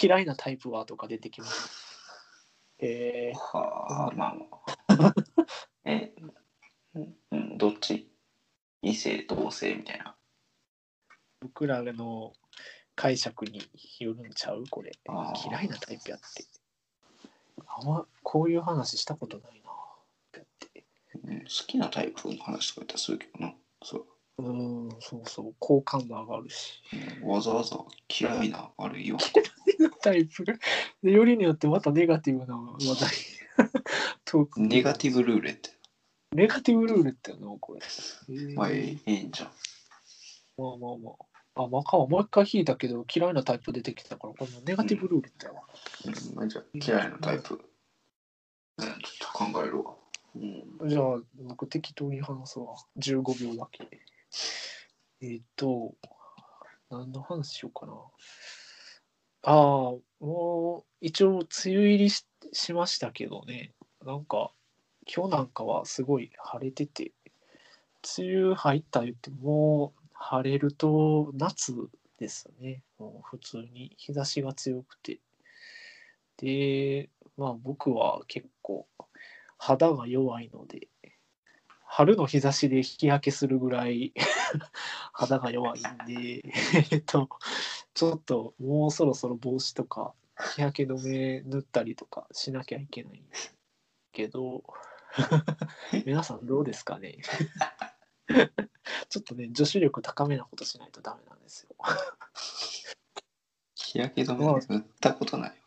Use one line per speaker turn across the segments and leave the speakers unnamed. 嫌いなタイプはとか出てき ます。えー、
はあ、まあま あ。え、うん、どっち異性、同性みたいな。
僕らの解釈によるんちゃうこれ
あ。ー
嫌いなタイプやって。あんまこういう話したことないな。だって
うん、好きなタイプの話とか言ったらするけどな。そう
ーん、そうそう、好感度上がるし。
う。わざわざ嫌いな、あれ よ。
タイプでよりによってまたネガティブな話題トーク
ネガティブルーレット。
ネガティブルールってやなこれ、えー
まあ、ええええんじゃん。
まあまあまああまあかんもう一回引いたけど嫌いなタイプ出てきたからこのネガティブルールってやわ、
うん、まあ、じゃあ嫌いなタイプ。うん、ちょっと考えるわ。うん。
じゃあ僕適当に話すわ15秒だけえっ、と何の話しようかなああもう一応梅雨入りししましたけどねなんか今日なんかはすごい晴れてて梅雨入った言ってもう晴れると夏ですねもう普通に日差しが強くてでまあ僕は結構肌が弱いので春の日差しで日焼けするぐらい 肌が弱いんでえっとちょっともうそろそろ帽子とか日焼け止め塗ったりとかしなきゃいけないけど皆さんどうですかね ちょっとね女子力高めなことしないとダメなんですよ。
日焼け止めなんて塗ったことない。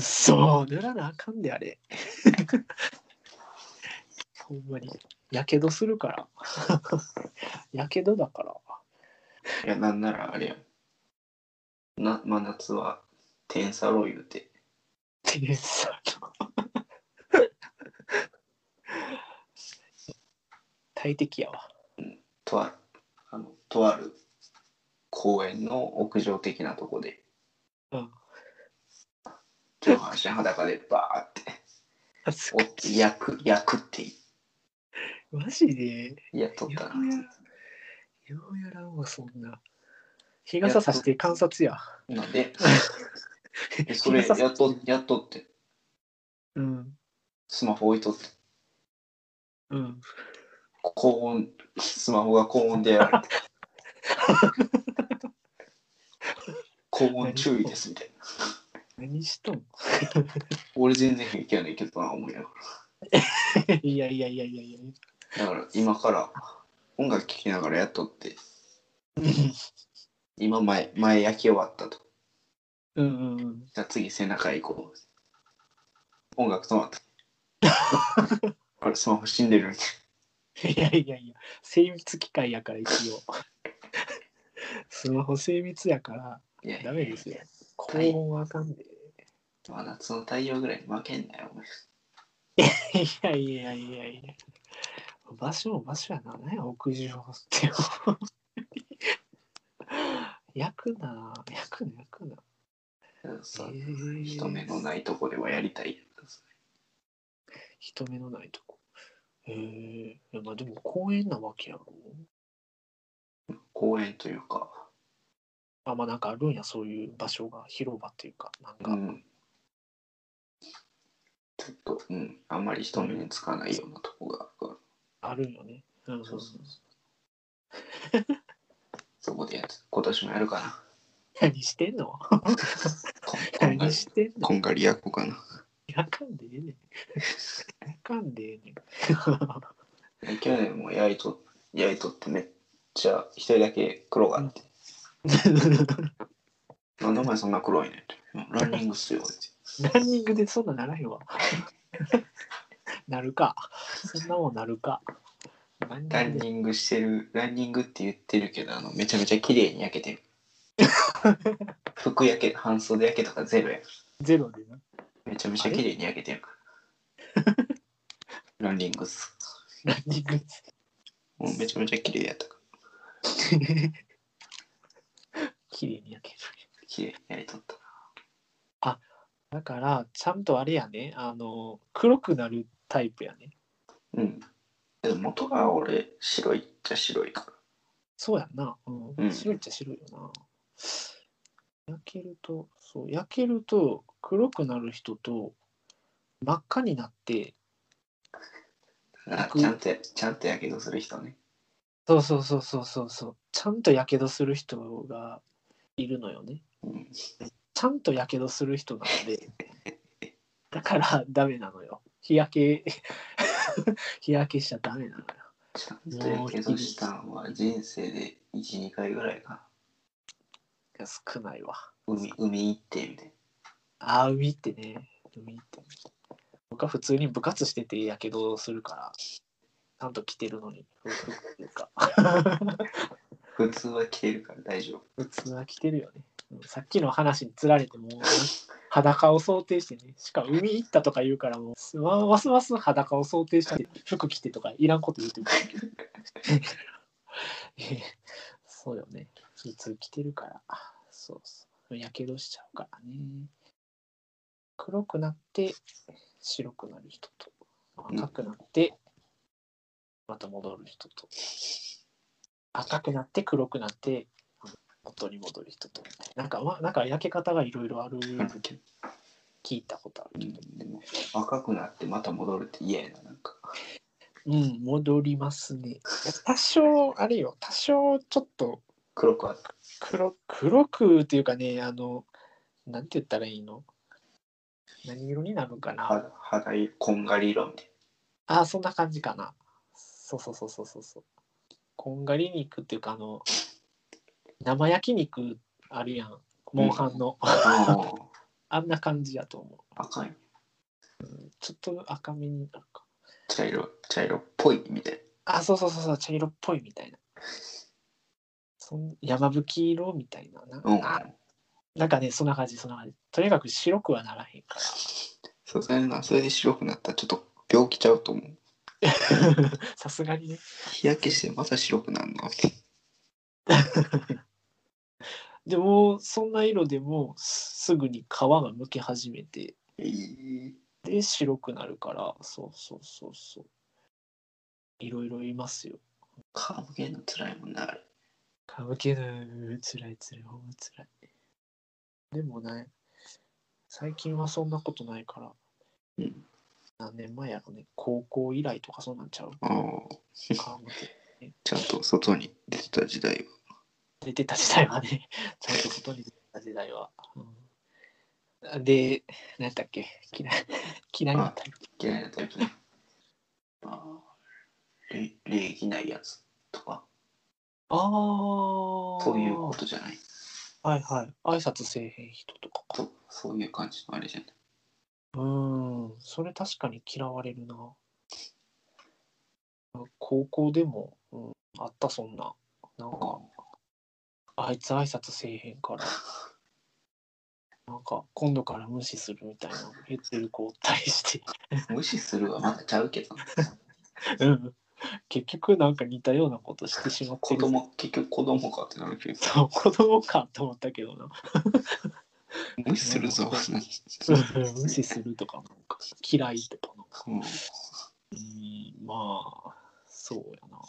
そう塗らなあかんであれ ほんまにやけどするから やけどだから
いや、なんならあれやん。な、真夏は、テンサロイ言うて。
テニスさんの大敵やわ
とあるあのとある公園の屋上的なとこで
うん
上半身裸でバーってお焼く焼くって
マジで
やっとっ
よ
た
うや
な
ようやらんわそんな日傘さして観察や
なんでえそ
日
れ
傘
やっ とやっとって
うん
スマホ置いとって
うん
高温スマホが高温でやられて 高温注意ですみたいな
何しとん
俺全然平気やねんけどな思いなが
いやいやいやいやいや
らだから今から音楽聴きながらやっとって今前前焼き終わったと
うんうんうん
じゃあ次背中行こう。音楽止まった。あれ、スマホ死んでるみたい
いやいやいや、精密機械やから一応。 スマホ精密やから
いやい
ダ
や
メですよ。高
い
音はあかんで。
真夏の太陽ぐらいに負けんなよ、お前
いやいやいやいや。場所も場所やな。ね、屋上って。 焼くな、焼くな、焼くな。
そう
えー
人目のないとこではやりたい。
人目のないとこ。へえいやまあでも公園なわけやろ。
公園というか、
あ、まあなんかあるんや、そういう場所が、広場っていうか、なん
う
か。
ん。ちょっと、うん、あんまり人目につかないようなとこがあるか
あるんよね。うんうん
ら。そこでやつ、今年もやるかな。
何してんの
ここんが
何
り、
してんの
こんがり焼こうかな。
やかんでええねん。やかんでええねん。
去年も焼いと焼いとってめっちゃ一人だけ黒があって、 なんでお前そんな黒いねんってランニングっすよって
ランニングでそんなならへんわ。なるか。そんなもんなるか。ラン
ラ
ニングで
ンニングしてるランニングって言ってるけどあのめちゃめちゃ綺麗に焼けてる服焼け半袖焼けとかゼロや
ゼロでな。
めちゃめちゃ綺麗に焼けてるからランニングっす
ランニング。
もうめちゃめちゃ綺麗やったから
綺麗に焼ける。
綺麗にやりとった
だから、ちゃんとあれやね。あの、黒くなるタイプやね。
うんでも元が俺白いっちゃ白いから
そうやんな。うん。
うん
白いっちゃ白いよな。焼けると、そう、焼けると黒くなる人と真っ赤になって、
あちゃんとやちゃんとやけどする人ね
そうそうそうそうそうそう、ちゃんとやけどする人がいるのよね。
うん
ちゃんとやけどする人なの で、だからダメなのよ。日焼け、 日焼けしちゃダメなのよ。
ちゃんとやけどしたんは人生で12回ぐらいかない
や少ないわ。
海海行ってみたい
あー、海ってね。海って。僕は普通に部活しててやけどするから、ちゃんと着てるのに。服っていうか
な普通は着てるから大丈夫
普通は着てるよね。うんさっきの話につられてもう裸を想定してねしかも海行ったとか言うからもうわわすわす裸を想定して服着てとか いらんこと言うてるそうよね普通着てるからそうそうやけどしちゃうからね黒くなって白くなる人と赤くなってまた戻る人と赤くなって黒くなって元に戻る人となんかわなんか焼け方がいろいろある
うん
聞いたことあるけど、
でも赤くなってまた戻るって嫌やななんか
うん、戻りますね。 多少、あれよ、多少ちょっと
黒くは
黒黒くっていうかね、あの、なんて言ったらいいの何色になるんかな
肌肌色こんがり色みたい
ああ、そんな感じかな。そうそうそうそうそうそう。こんがり肉っていうか、あの、生焼肉あるやん、モンハンの。
なあー
あんな感じやと思。
赤いう
ちょっと赤めになるか。
茶色茶色っぽいみたい
あ、そうそうそうそう、茶色っぽいみたいな。そん山吹色みたいな。な
なうん
あなんかね、そんな感じ、そんな感じ。とにかく白くはならへんか
そうそれなそれで白くなったらちょっと病気ちゃうと思う
ら。さすがにね。
日焼けしてまた白くなるの
でも、そんな色でも、すぐに皮が剥け始めて、
えー
で、白くなるから、そうそうそうそう。いろいろいますよ。
皮むけるの辛いもんなあれ
皮むける、つらいつらい、ほんまつらい。でもね、最近はそんなことないから、
うん
何年前やろね、高校以来とかそうなんちゃう
ああ
皮むけ
ちゃんと外に出てた時代は
出てた時代はね、 ちゃんと外に出てた時代は。うんで、何だっけ 嫌い、嫌いなタイプ。
嫌いなタイプねああ礼礼儀ないやつとか
ああ、
そういうことじゃない
はいはい。挨拶せえへん人とかか。
とそういう感じのあれじゃないう
ーん、それ確かに嫌われるな。高校でも、うん、あったそんな。なんか、あいつ挨拶せえへん から。なんか今度から無視するみたいなの言ってる子おったりして
無視するはまだちゃうけどな
うん結局なんか似たようなことしてしまって
子
る
供結局子供かってなるけど
そう子供かと思ったけどな
無視する ぞ
うん無視するとかなんか嫌いとかなんか
うん
うんまあそうやな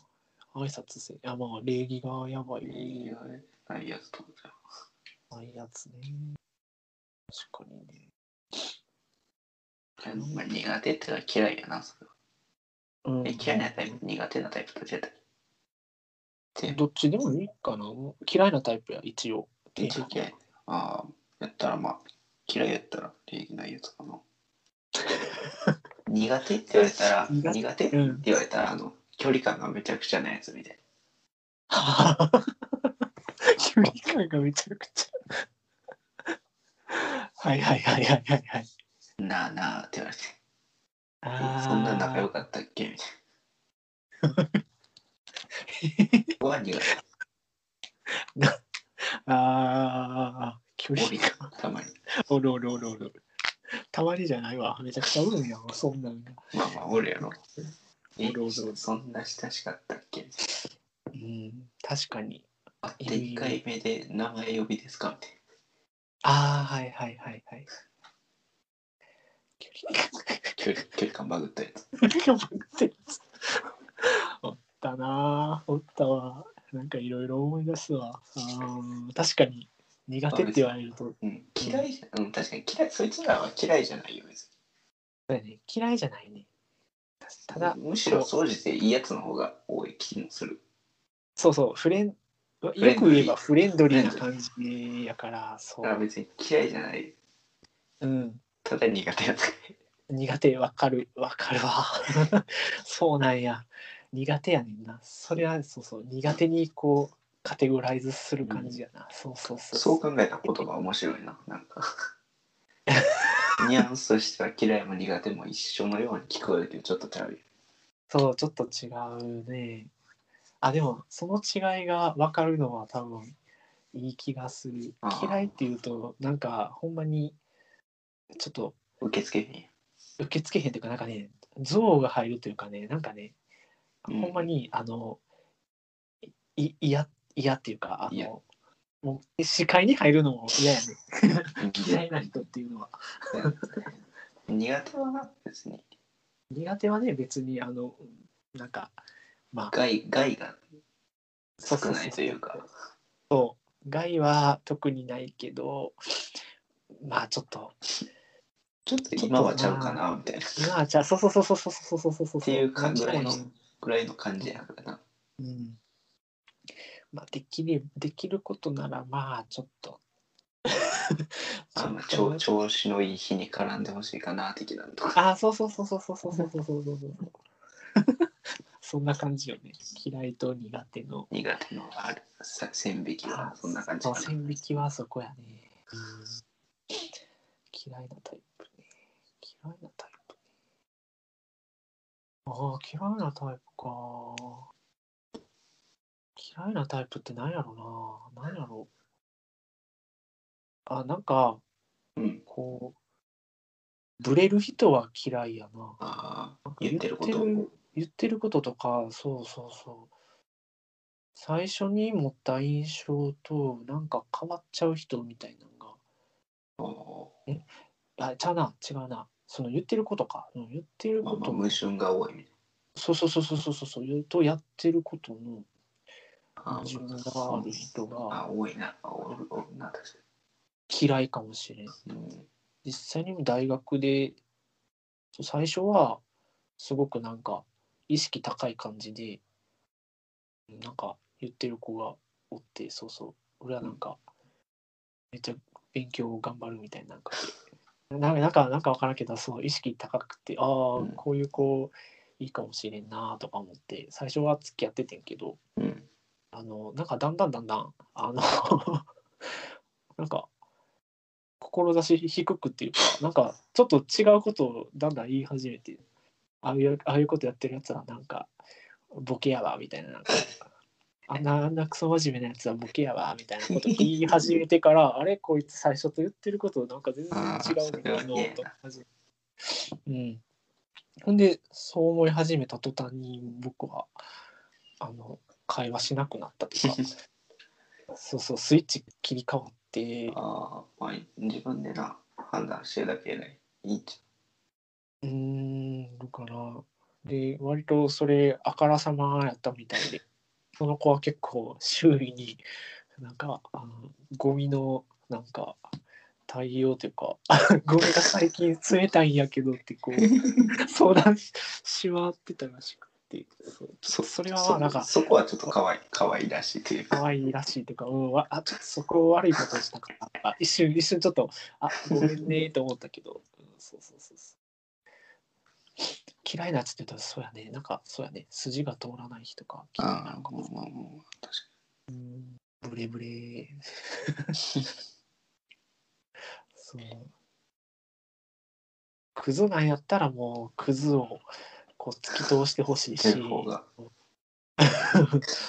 挨拶せあまあ礼儀がやばい
いやないやつとかじゃ
ないやつね確かにね
あのまあ苦手ってのは嫌いやなそれは
うん
え嫌いなタイプ苦手なタイプと違ったって
どっちでもいいかな嫌いなタイプや一応
一応嫌いああやったらまあ嫌いやったら礼儀ないやつかな苦手って言われたら
苦手
苦手って
うん
言われたらあの距離感がめちゃくちゃなやつみたい
距離感がめちゃくちゃはいはいはいはいはいはい
ななあなあって言われてえ
あー
そんな仲良かったっけみたいな僕は苦手
ああ距離
おり
感
たまに
おるおるおるおるたまにじゃないわめちゃくちゃおるんやんそんなんが
まあまあおるやろえ
おるおるおる
そんな親しかったっけ
うん確かに
会って1回目で名前呼びですかみたいな
ああはいはいはいはい距
距離距離感バグったやつ
離感がってるおったなーおったわなんかいろいろ思い出すわあー確かに苦手って言われると、
うん、嫌いじゃ、うん、確かに嫌い、そいつらは嫌いじゃないよ、別に。
そうやね嫌いじゃないね。ただ、
むしろ総じていいやつの方が多い気もする。
そうそう、フレン、よ
レンドリー
く言えばフレンドリーな感じやから、そ
だから
う。
別に嫌いじゃない、
うん。
ただ苦手やつ。
苦手、わかる、わかるわ。 そうなんや。苦手やねんな。それは、そうそう、苦手にこう、カテゴライズする感じやな。そうそうそう。
そう考えた言葉面白いな、なんか。 ニュアンスとしては嫌いも苦手も一緒のように聞こえるけど、ちょっとちゃうよ。
そう、ちょっと違うね。あ、でも、その違いが分かるのは多分いい気がする
あー。
嫌いっていうと、なんか、ほんまに、ちょっと
受け付けへんや
受け付けへんというか、なんかね、憎悪が入るというかね、なんかね、
うん
ほんまに、あの、い嫌嫌っていうか、あ
嫌
の、もう視界に入るのも嫌やね。
うん。
嫌いな人っていうのは。
苦手はな、別に。
苦手はね、別に、あの、なんか、まあ、
害害が
そうそ
少
うそう
ないというか。
害は特にないけどまあちょっと
ちょっと今はちゃうかなみたいな
今はじゃあそうそうそうそうそうそうそうそうそう
っていう感じ
な
の
んかね
ぐらいの感じやからな。
うんまあできるできることならまあちょっ と
あまあ調調子のいい日に絡んでほしいかな的なのとか。
あそうそうそうそうそうそうそうそうそうそうそうそんな感じよね嫌いと苦手の
苦手のあるさ線引きはそんな感じ
そ
か
う
な。
線引きはそこやね、嫌いなタイプね嫌いなタイプねああ嫌いなタイプか嫌いなタイプって何やろうな何やろうあなんか
うん。
こうブレる人は嫌いやな
ああ言ってるこ
言
と
ってる言ってることとかそうそうそう最初に持った印象となんか変わっちゃう人みたいなのが
を
あ、ちゃうな、違うな。その言ってることか。うん、言ってる
ま
こ
あまあ
と、
矛盾が多いみたい
そうそうそうそうそうそう、言うとやってることの
な。ああ
矛盾がある人が
あ多いな。あおるおるな確か
嫌いかもしれん。
に。
実際にも大学で、そう最初はすごくなんか意識高い感じで、なんか言ってる子がおって、そうそう、俺はなんか、めっちゃ勉強を頑張るみたいななんかでなんかなんかなんか分からんけどそう意識高くてああ
うん
こういう子いいかもしれんなとか思って最初は付き合っててんけど
うん。うん。
あのなんかだんだんだんだんあの なんか志低くっていうかなんかちょっと違うことをだんだん言い始めてああいうああいうことやってるやつはなんかボケやわみたいななんかあんなあんなクソ真面目なやつはボケやわみたいなこと言い始めてから あれこいつ最初と言ってることなんか全然違うの
あーそれは
か
ね
なと始めうんほんでそう思い始めた途端に僕はあの会話しなくなったとかそうそうスイッチ切り替わって
ああまあ自分でな判断してるだけやね。いいじ
うーん、だから、で、割とそれ、あからさまやったみたいで、その子は結構周囲に、なんか、あのゴミの、なんか、対応というか、 ゴミが最近冷たいんやけどって、こう、相談ししまってたらしくて、そう
そ
それはまあなんか
そそこはちょっとかわい可愛らしいというか
可愛いらしいというか、うん、わあちょっとそこ悪いことしたから、あ一瞬、一瞬ちょっと、あごめんねと思ったけど、うん、そうそうそうそう。嫌いなやつって言うと、そうやね、なんか、そうやね、筋が通らない人が嫌いな
あ
の
あ
か
ま
も
あ。まあまあ確か
うんブレブレ。そう。クズなんやったらもう、クズをこう突き通してほしい
に
し
出、る 方が、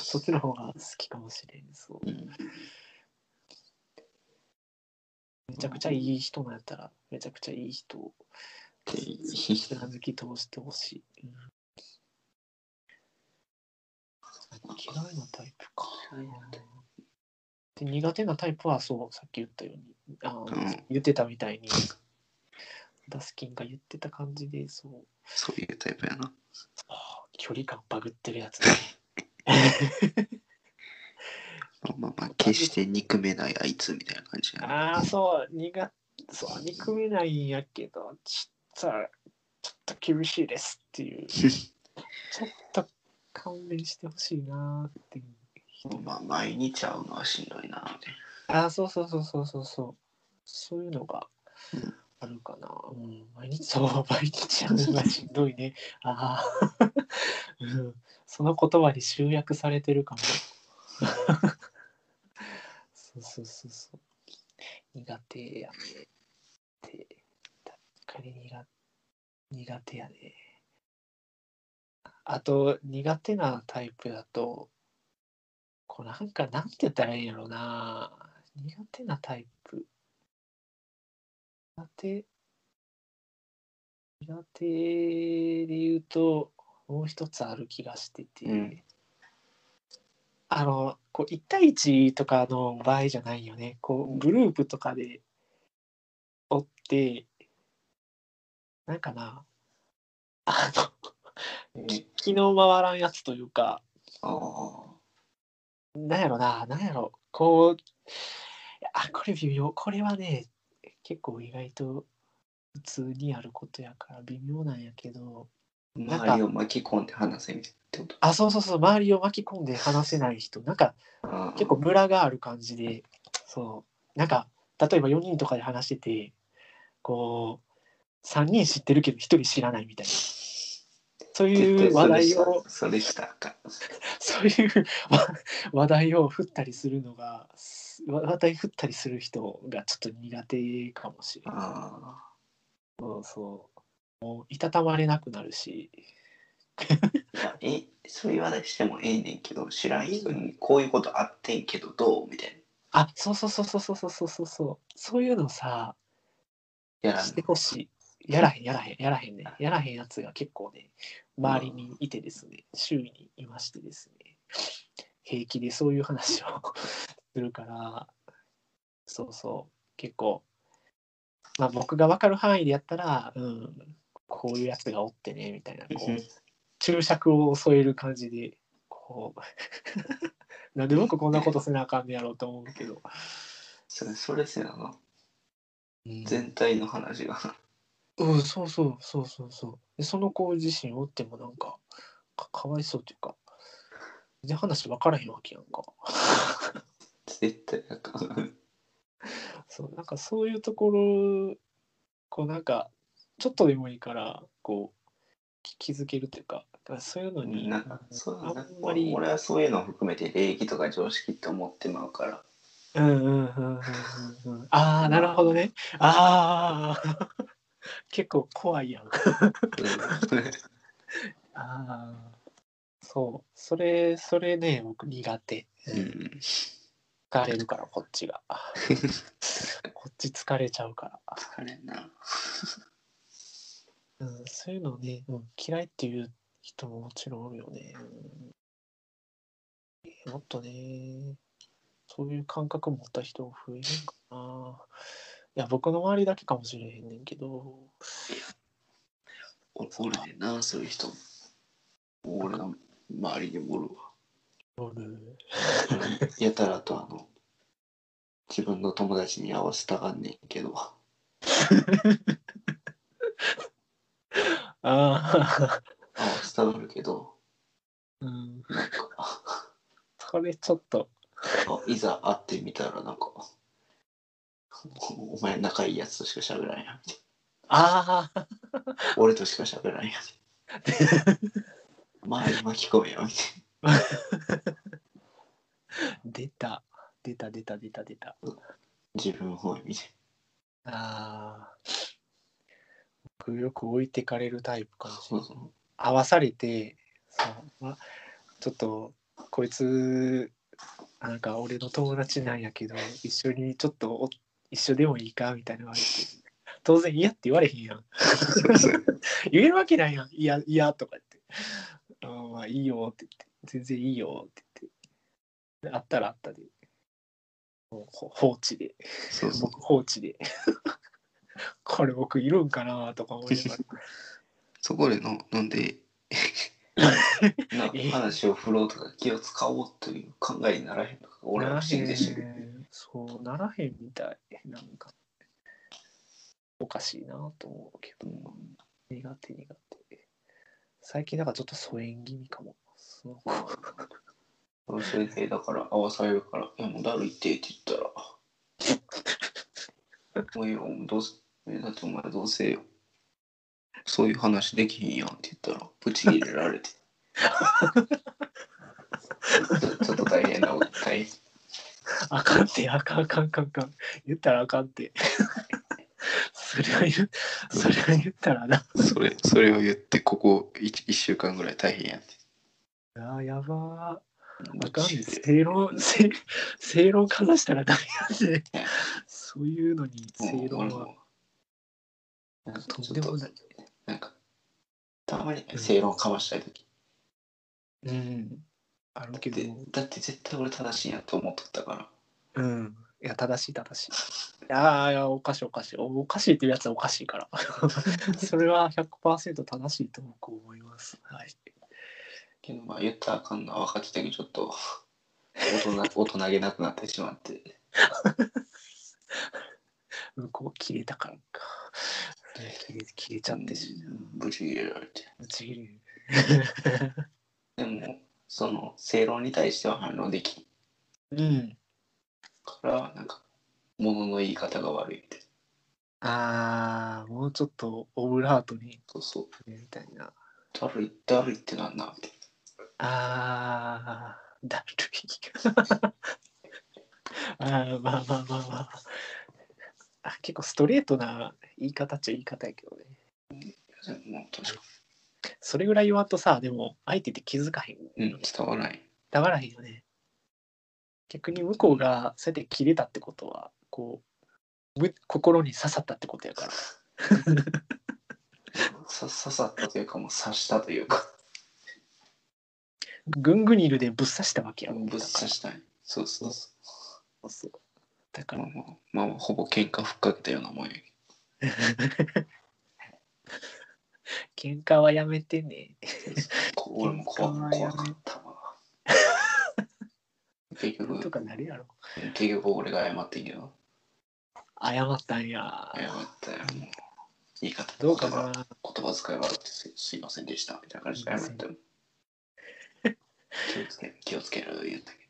そっちの方が好きかもしれん。そう
うん、
めちゃくちゃいい人なんやったら、めちゃくちゃいい人を。
っていい
貫き通してほしい。うん嫌いなタイプか。
嫌いなタイ
で苦手なタイプはそうさっき言ったようにあの、
うん
言ってたみたいにダスキンが言ってた感じでそう
そういうタイプやな。
あー距離感バグってるやつ、ね、
まあまあまあ、決して憎めないあいつみたいな感じやな。
ああ、そう、苦、そう、憎めないんやけど、ちょっと、ちょっと厳しいですっていう、ちょっと勘弁してほしいなーっていう。
まあ、毎日会うのはしんどいな、みたい
ああ、そうそうそうそうそうそう。そういうのが
うん
あるかな。うん、毎日、そう、 毎日やるのがしんどいね。ああ、 うん。その言葉に集約されてるかも。そうそうそうそう。苦手やね。って、確かに苦苦手やね。あと、苦手なタイプだと、こうなんかなんて言ったらいいんやろうな苦手なタイプ苦手苦手で言うともう一つある気がしてて、
うん
あのこう1対1とかの場合じゃないよねこうグループとかでおってなんかなあの
な。
き気の回らんやつというか
ああ。
なんやろな、なんやろ、こう、あ、これ微妙、これはね、結構意外と普通にあることやから微妙なんやけど、なんか
周りを巻き込んで話せみたいなってこと
あ、そうそうそう、周りを巻き込んで話せない人、なんか
ああ
結構ムラがある感じで、そう、なんか、例えば4人とかで話してて、こう、3人知ってるけど1人知らないみたいな、そういう話題を。
それしたらあかん。
そういうわ話題を振ったりするのが、すわ話題振ったりする人がちょっと苦手かもしれない。
あ
そうそう。もういたたまれなくなるし。
あいやえそういう話題してもええねんけど知らん人にこういうことあってんけどどうみたい
あ、そうそうそうそうそうそうそうそう。そういうのさ、
なやらん
してほしい。やらへん、やらへん、やらへんね。やらへんやつが結構ね、周りにいてですね、周囲にいましてですね、平気でそういう話を するから、そうそう、結構、まあ僕が分かる範囲でやったら、うん、こういうやつがおってね、みたいな、こ
う、
うん注釈を添える感じで、こう、 なんで僕こんなことせなあかんねやろうと思うけど。
それそれせなの
うん
全体の話が
うん、そうそうそうそうそう。で、その子自身おってもなんか、かかわいそうというか、全然話分からへんわけやんか。
絶対あかん
そう、なんかそういうところ、こうなんか、ちょっとでもいいから、こう、き気づけるというか、だからそういうのに、
なんかそう
あん
なんか
まり、
俺はそういうのを含めて礼儀とか常識って思ってまうから
うんうんうんうんうんうん。ああ、なるほどね。ああ、結構怖いやん。ああ、そう、それ、それね、僕苦手。
うん
疲れるからこっち がこっち疲れちゃうか
疲れんな
ら、うん、そういうのね、うん、嫌いっていう人ももちろんおるよね、うんもっとねそういう感覚持った人増えるんかないや僕の周りだけかもしれへんねんけど
おおるねんなそういう人俺の周りにもおるわ
おる
やたらとあの自分の友達に合わせたがんねんけど
ああ、
合わせたがるけど
うん、
なんかあ
それちょっと
いざ会ってみたらなんかおお前仲いいやつとしか喋らんやん
ああ
俺としか喋らんやん周り巻き込めよみたい
出た出た出た出た出た
な自分本位みたい
ああ。僕よく置いてかれるタイプか
な
もし
そ
れ
う
ない。
そう
合わされて、そうま、ちょっと、こいつ、なんか俺の友達なんやけど、一緒にちょっとお一緒でもいいかみたいなのがあって。当然嫌って言われへんやん。
そうそう
言えるわけないやん。いや、いや、とか言って。あまあいいよって言って。全然いいよって言って。であったらあったで。もうほ放置で。
そうそう
僕放置で これ僕いるんかなとか思いながら
そこでのなんでな
え
話を振ろうとか気を使おうという考えにならへんとか俺は不思議でしたけど
ならへんそうならへんみたいなんかおかしいなと思うけど
うん
苦手苦手最近なんかちょっと疎遠気味かもその子
俺それでだから合わされるから「いやもうだるいって」って言ったら「もういいよもうどうせえだってお前どうせよそういう話できひんやん」って言ったらブチ切れられて ちょちょっと大変なこと大変
あかんて、あかん、あかん、あかん、あかん。言ったらあかんて。それは言う、それは言ったらな。
それそれを言ってここ 1, 週間ぐらい大変やって
あーやばー。あ
あ
かんて。正論、正正論かざしたらダメやで
ね。
そういうのに正論は。
なんか
と
ち
ん
ょ
で
っ
も
と
ない
なんかたまに正論かましたい時
うん。あるけ
だって
ど。
だって絶対俺正しいんやと思っとったから
うん。いや、正しい、正しい。いやーいや、おかしい、おかしい。おおかしいっていうやつはおかしいから。 それは100%正しいと僕思います。はい。
けどまあ言ったらあかんのは分かってたけどちょっと大人 大人げなくなってしまって
向こう切れたからか。切れ切れちゃってし、
うんぶち切れられて
ぶち切れる。
でもその正論に対しては反論できん
うん。
からなんか物の言い方が悪いみたいな
ああ、もうちょっとオブラートに
そうそう
みたいな。
だるいだるいってなんなんみたい
ああ、だるい。 ああ、まあまあまあまあ。あ結構ストレートな言い方っちゃ言い方やけどね。
なでももう確か
それぐらい言わんとさ、でも相手って気づかへん。
に、うん、伝わらない
だからへんよね。逆に向こうがそうやって切れたってことは、こう、む心に刺さったってことやから。
さ刺さったというかもう刺したというか
ぐんぐにいるでぶっ刺したわけやろ
ぶっ刺したいそうそうそ
そうそうだか
うま
ら
あ、まあ、まあまあ、ほぼ喧嘩ふっかけたようなもんやけど
喧嘩はやめてね。
こ俺も怖
喧嘩はや
怖
め
かったわ 結
なんと
局
かなるやろ。
結局俺が謝ってんけど
謝ったんや。
謝ったよもう言い方
どうか
言葉
な。
言葉遣い悪くてすすいませんでしたみたいな感じで謝ったよ気をつけ気をつける言ったけ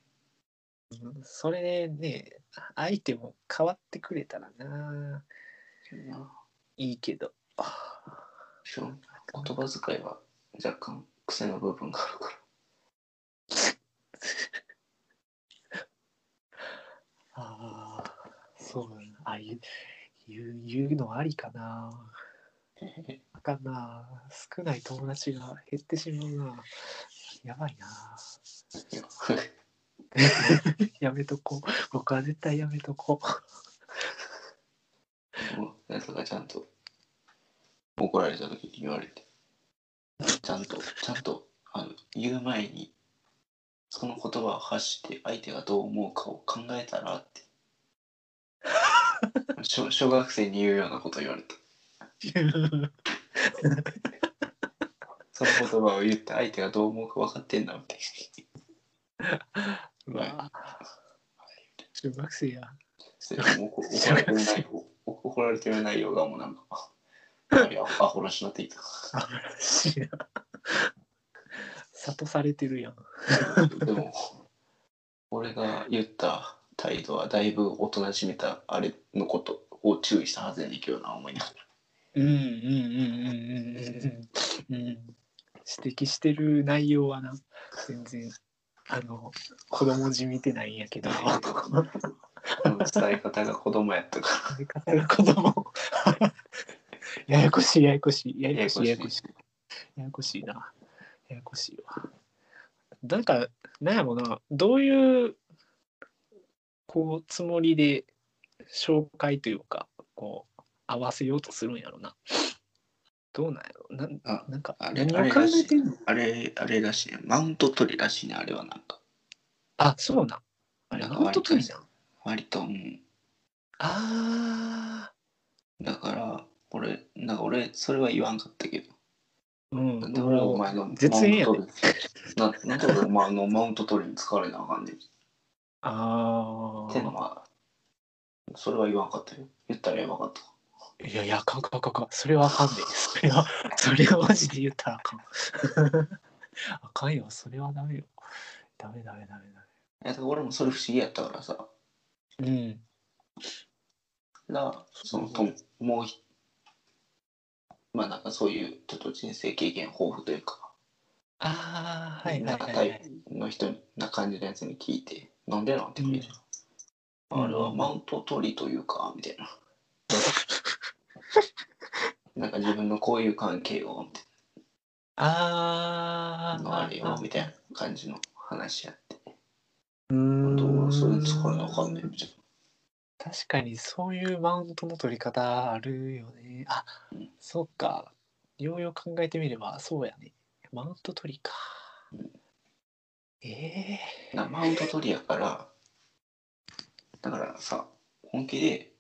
それでね、相手も変わってくれたらな。
どない
いけど。
しょ言葉遣いは若干癖の部分があるから
ああ、そうなんだ。あ言う言う言うのありかな。あかんな。少ない友達が減ってしまうな。やばいな。
いや
やめとこう。僕は絶対やめとこう。
もうやつがちゃんと怒られた時に言われてちゃんとちゃんとあの言う前にその言葉を発して相手がどう思うかを考えたらって小小学生に言うようなこと言われたその言葉を言って相手がどう思うか分かってんだみたい
まあ、中学生や。
なもう怒怒られてる内容怒られてる内容がもうなんかあれアホらしなっていた
あ知らん諭されてるやん。
でも、俺が言った態度はだいぶ大人じみたあれのことを注意したはずやねんけどな、思いながら。
うんうんうんうんうんうんうん。指摘してる内容はな、全然、あの、子供じみてないんやけど、
あの伝え方が子供やったか
言い方が子供。ややこしいややこしいや
ら。
やこしいややこしい
しい。
ややこしいな。ややこしいわ。なんか、なんやろな、どういう、こう、つもりで、紹介というか、こう、合わせようとするんやろな。どうなんやろなん
あ
なんか、
あれ
何
あ
を
れ
考
らしい
えてんの
あれ、あれらしいね。マウント取りらしいね、あれはなんか。
あ、そうなん。あれ、
なんか
マウント取りなん。
割と、うん。
あ
だから、俺、なんか俺、それは言わんかったけど、
ー、うん。
なんで俺お前のマウント
絶縁
取り
やで。
ななんで俺お前のマウント取りに使われなあかんねん。
あ
てのは、それは言わんかったよ。言ったらやばかった。
あ。いやいや、あかんあかんあかんあかん。それはあかんで、それ は、それはマジで言ったらあかん。あかんよ。それはダメよ。ダメダメダメ
えだから俺もそれ不思議やったからさ。
ダメ。うん。
が、そのとももうひ、まあなんかそういうちょっと人生経験豊富というか、
ああ、はいは
ないんか
はい、
タ
はい
イ。プの人な感じのやつに聞いて、飲んでるのって聞いて、
うん
あれはマウント取りというか、み たいな。なんか自分のこういう関係を、みたい
あ
なの
あ。
あれよ、みたいな感じの話やって。
うーん。
どうそれ使えなあかんねん、みたい
確かにそういうマウントの取り方あるよね。あ
うん、
そっか。ようよう考えてみればそうやね。マウント取りか
うん。
ええ
な。なマウント取りやから、だからさ、本気で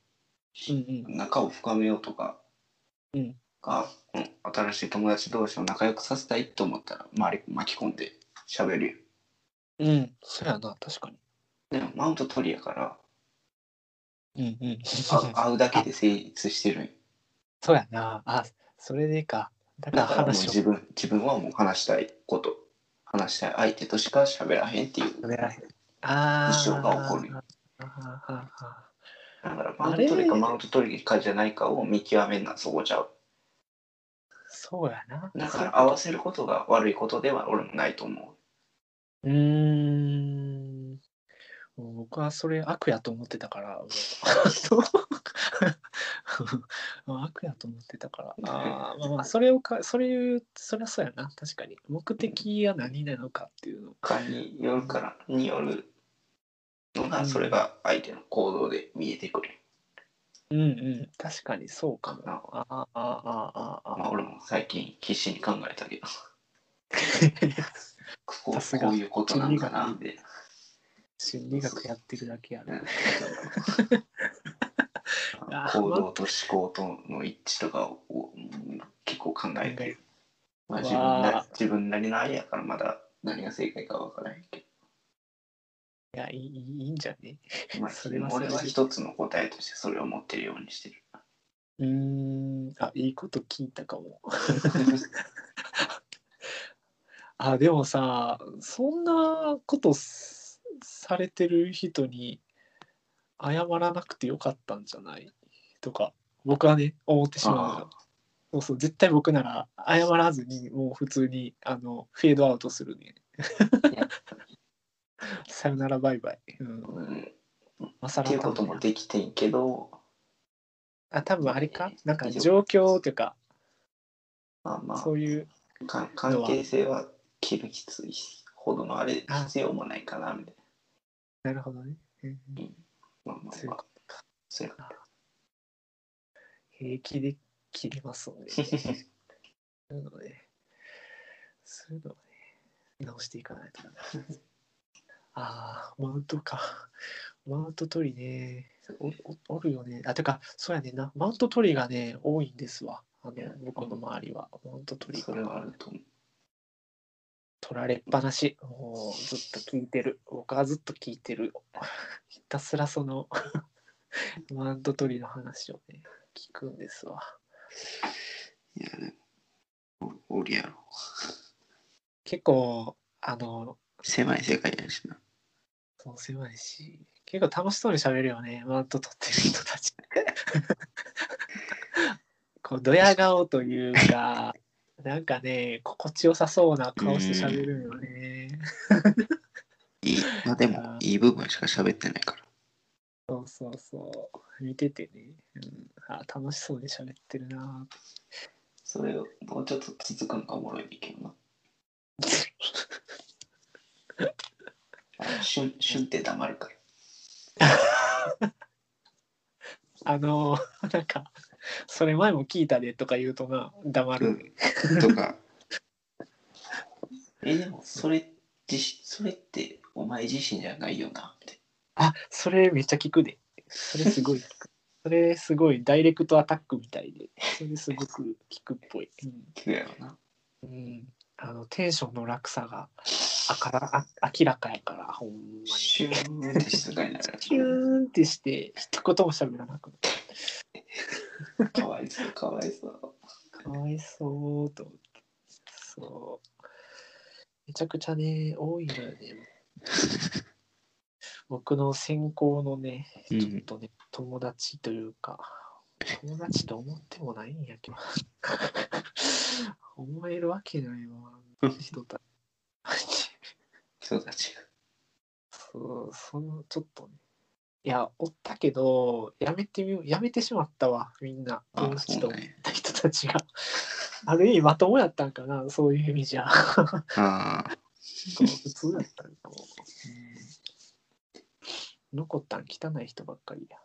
うん
仲を深めようとか、
うん
が、うん、新しい友達同士を仲良くさせたいと思ったら周り巻き込んで喋るよ
うん。うん。そうやな、確かに。
でもマウント取りやから
うんうん。
あ会うだけで成立してるんよ
そうやな。あ、それでか。だから
だからもう
話を
自分自分はもう話したいこと話したい相手としか喋らへんっていう
お願い。ああ。
事象が起こるよ
あーあーあ
だからマウント取り
あ
か
れ
マウント取りかじゃないかを見極めんなそこちゃう
ーそうやな。
だから合わせることが悪いことでは俺もないと思
うーん。もう僕はそれ悪やと思ってたから。そう 悪やと思ってたから。あーまあまあ、それをか、それ言う、それはそうやな。確かに。目的が何なのかっていうの。
うかによるからによるのがそれが相手の行動で見えてくる
うんうん。確かにそうかも。
な
あーあーあーあー
まあ、
あ
俺も最近必死に考えたけど、
ー。
こ
さ
う
すが
こういうことなんかなって。
心理学やってるだけや
う
な。
ん
あ
行動と思考との一致とかをうん結構考えてる。まあ自分
わ
な
あ
自分なりのあれやからまだ何が正解かわからへんけ
いや、いいいいんじゃね
ど、まあ
それはそれ
俺
で
は一つの答えとしてそれを持ってるよう にしてる。
うーん。あ、いいこと聞いたかも。あでもさそんなことすされてる人に謝らなくてよかったんじゃないとか僕はね思ってしまうのよ
あ
そうそう絶対僕なら謝らずにもう普通にあのフェードアウトするねさよならバイバイ、うん
あ、、うん。
まさ
っていうこともできてんけど、
あ多分あれかなんか
以上
状況というか
まあま
そういう
あ、か関係性は切るきついほどのあれ必要もないかなみたいな。
なるほどね、うん
まあまあ
そうい
ま
う
あ
こ。
そういうこ
平気で切りますので、そういうのね、そういうのね、直していかないとな。ああ、マウントか。マウント取りね、おおおるよね。あ、てか、そうやねんな。マウント取りがね、多いんですわ。あの
いや
僕の周りは。マウント
と
取り
それはあると思う。
取られっぱなし。もうずっと聞いてる。僕はずっと聞いてる。ひたすらそのマウント取りの話をね、聞くんですわ。
いや、でも、おおるやろ。
結構、あの、
狭い世界やしな。
そう狭いし、結構楽しそうに喋るよね、マウント取ってる人 たち。こう、ドヤ顔というか、なんかね、心地よさそうな顔して喋るよね。
いい、まあで
あ
も、いい部分しか喋ってないから。
そうそうそう。見ててね、うん、あ楽しそうに喋ってるなぁ
それをもうちょっと続くのがおもろいんだけ どな。あしゅん、しゅんって黙るから。
あの、なんか、それ前も聞いたでとか言うとな、黙る。
うん、とか。 え、でも、それ、自身それって、お前自身じゃないよな、って。
あ、それめっちゃ聞くで。それすごい聞く。それすごいダイレクトアタックみたいで、それすごく聞くっぽい。うん
聞くやろな。
うん、あのテンションの落差があからあ明らかやからほんまにシ
シューンって静かにな
ュ
る。
ーンってして一言も喋らなくなる
かわいそう、かわいそう。
かわいそうと思ってそうめちゃくちゃね多いのよね 僕の専攻のね
う
ちょっ。とね友達というか友達と思ってもないんやけど 思えるわけないわあの人たち
人たちが。
そうそのちょっとねいやおったけどやめてみようやめてしまったわみんな
あ
友
あ、そ
達
う
と
なんや。
った人たちが ある意味まともやったんかなそういう意味じゃ
ああ。
そう普通やったんかも残ったん汚い人ばっかりやっ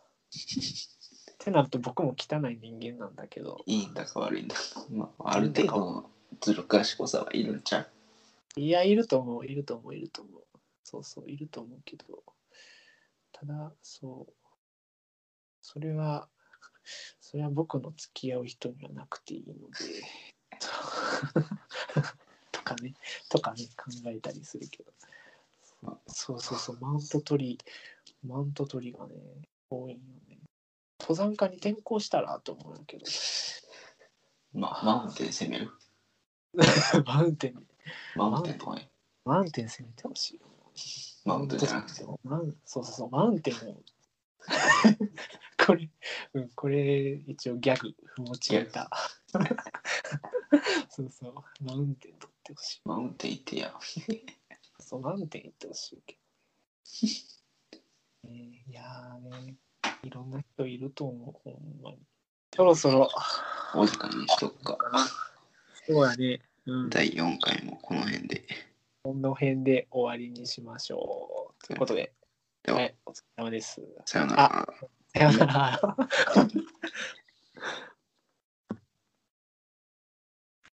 てなると僕も汚い人間なんだけど
いいんだか悪いんだか。まあ、ある程度のずる賢さはいるんちゃう
いや、いると思う、いると思う、いると思う。そうそう、いると思うけど、ただ、そう、それは、 それは僕の付き合う人にはなくていいので、ととかね、とかね、考えたりするけど、そうそうそう、マウント取り、マウント取りがね、多いよね。登山家に転校したらと思うんだけど、
まあ、マウンテン攻める。
マウンテン、
マウンテン怖い。
マウンテン攻めてほしいよ。
マウンテンじゃなくて。
マウンそうそうそう、マウンテンを。 これ、うん、これ、一応ギャグ、用い た。そうそう、マウンテン取ってほしい。
マウンテン行ってや。
そう、マウンテン行ってほしいけど。 ねいやーね、いろんな人いると思う、ほんまに。そろそろ、
お時間にしとくか。
そうやね、うん、
第4回もこの辺で。
この辺で終わりにしましょう。ということで、
では
はい、お疲れ様です。
さよなら。
さようなら。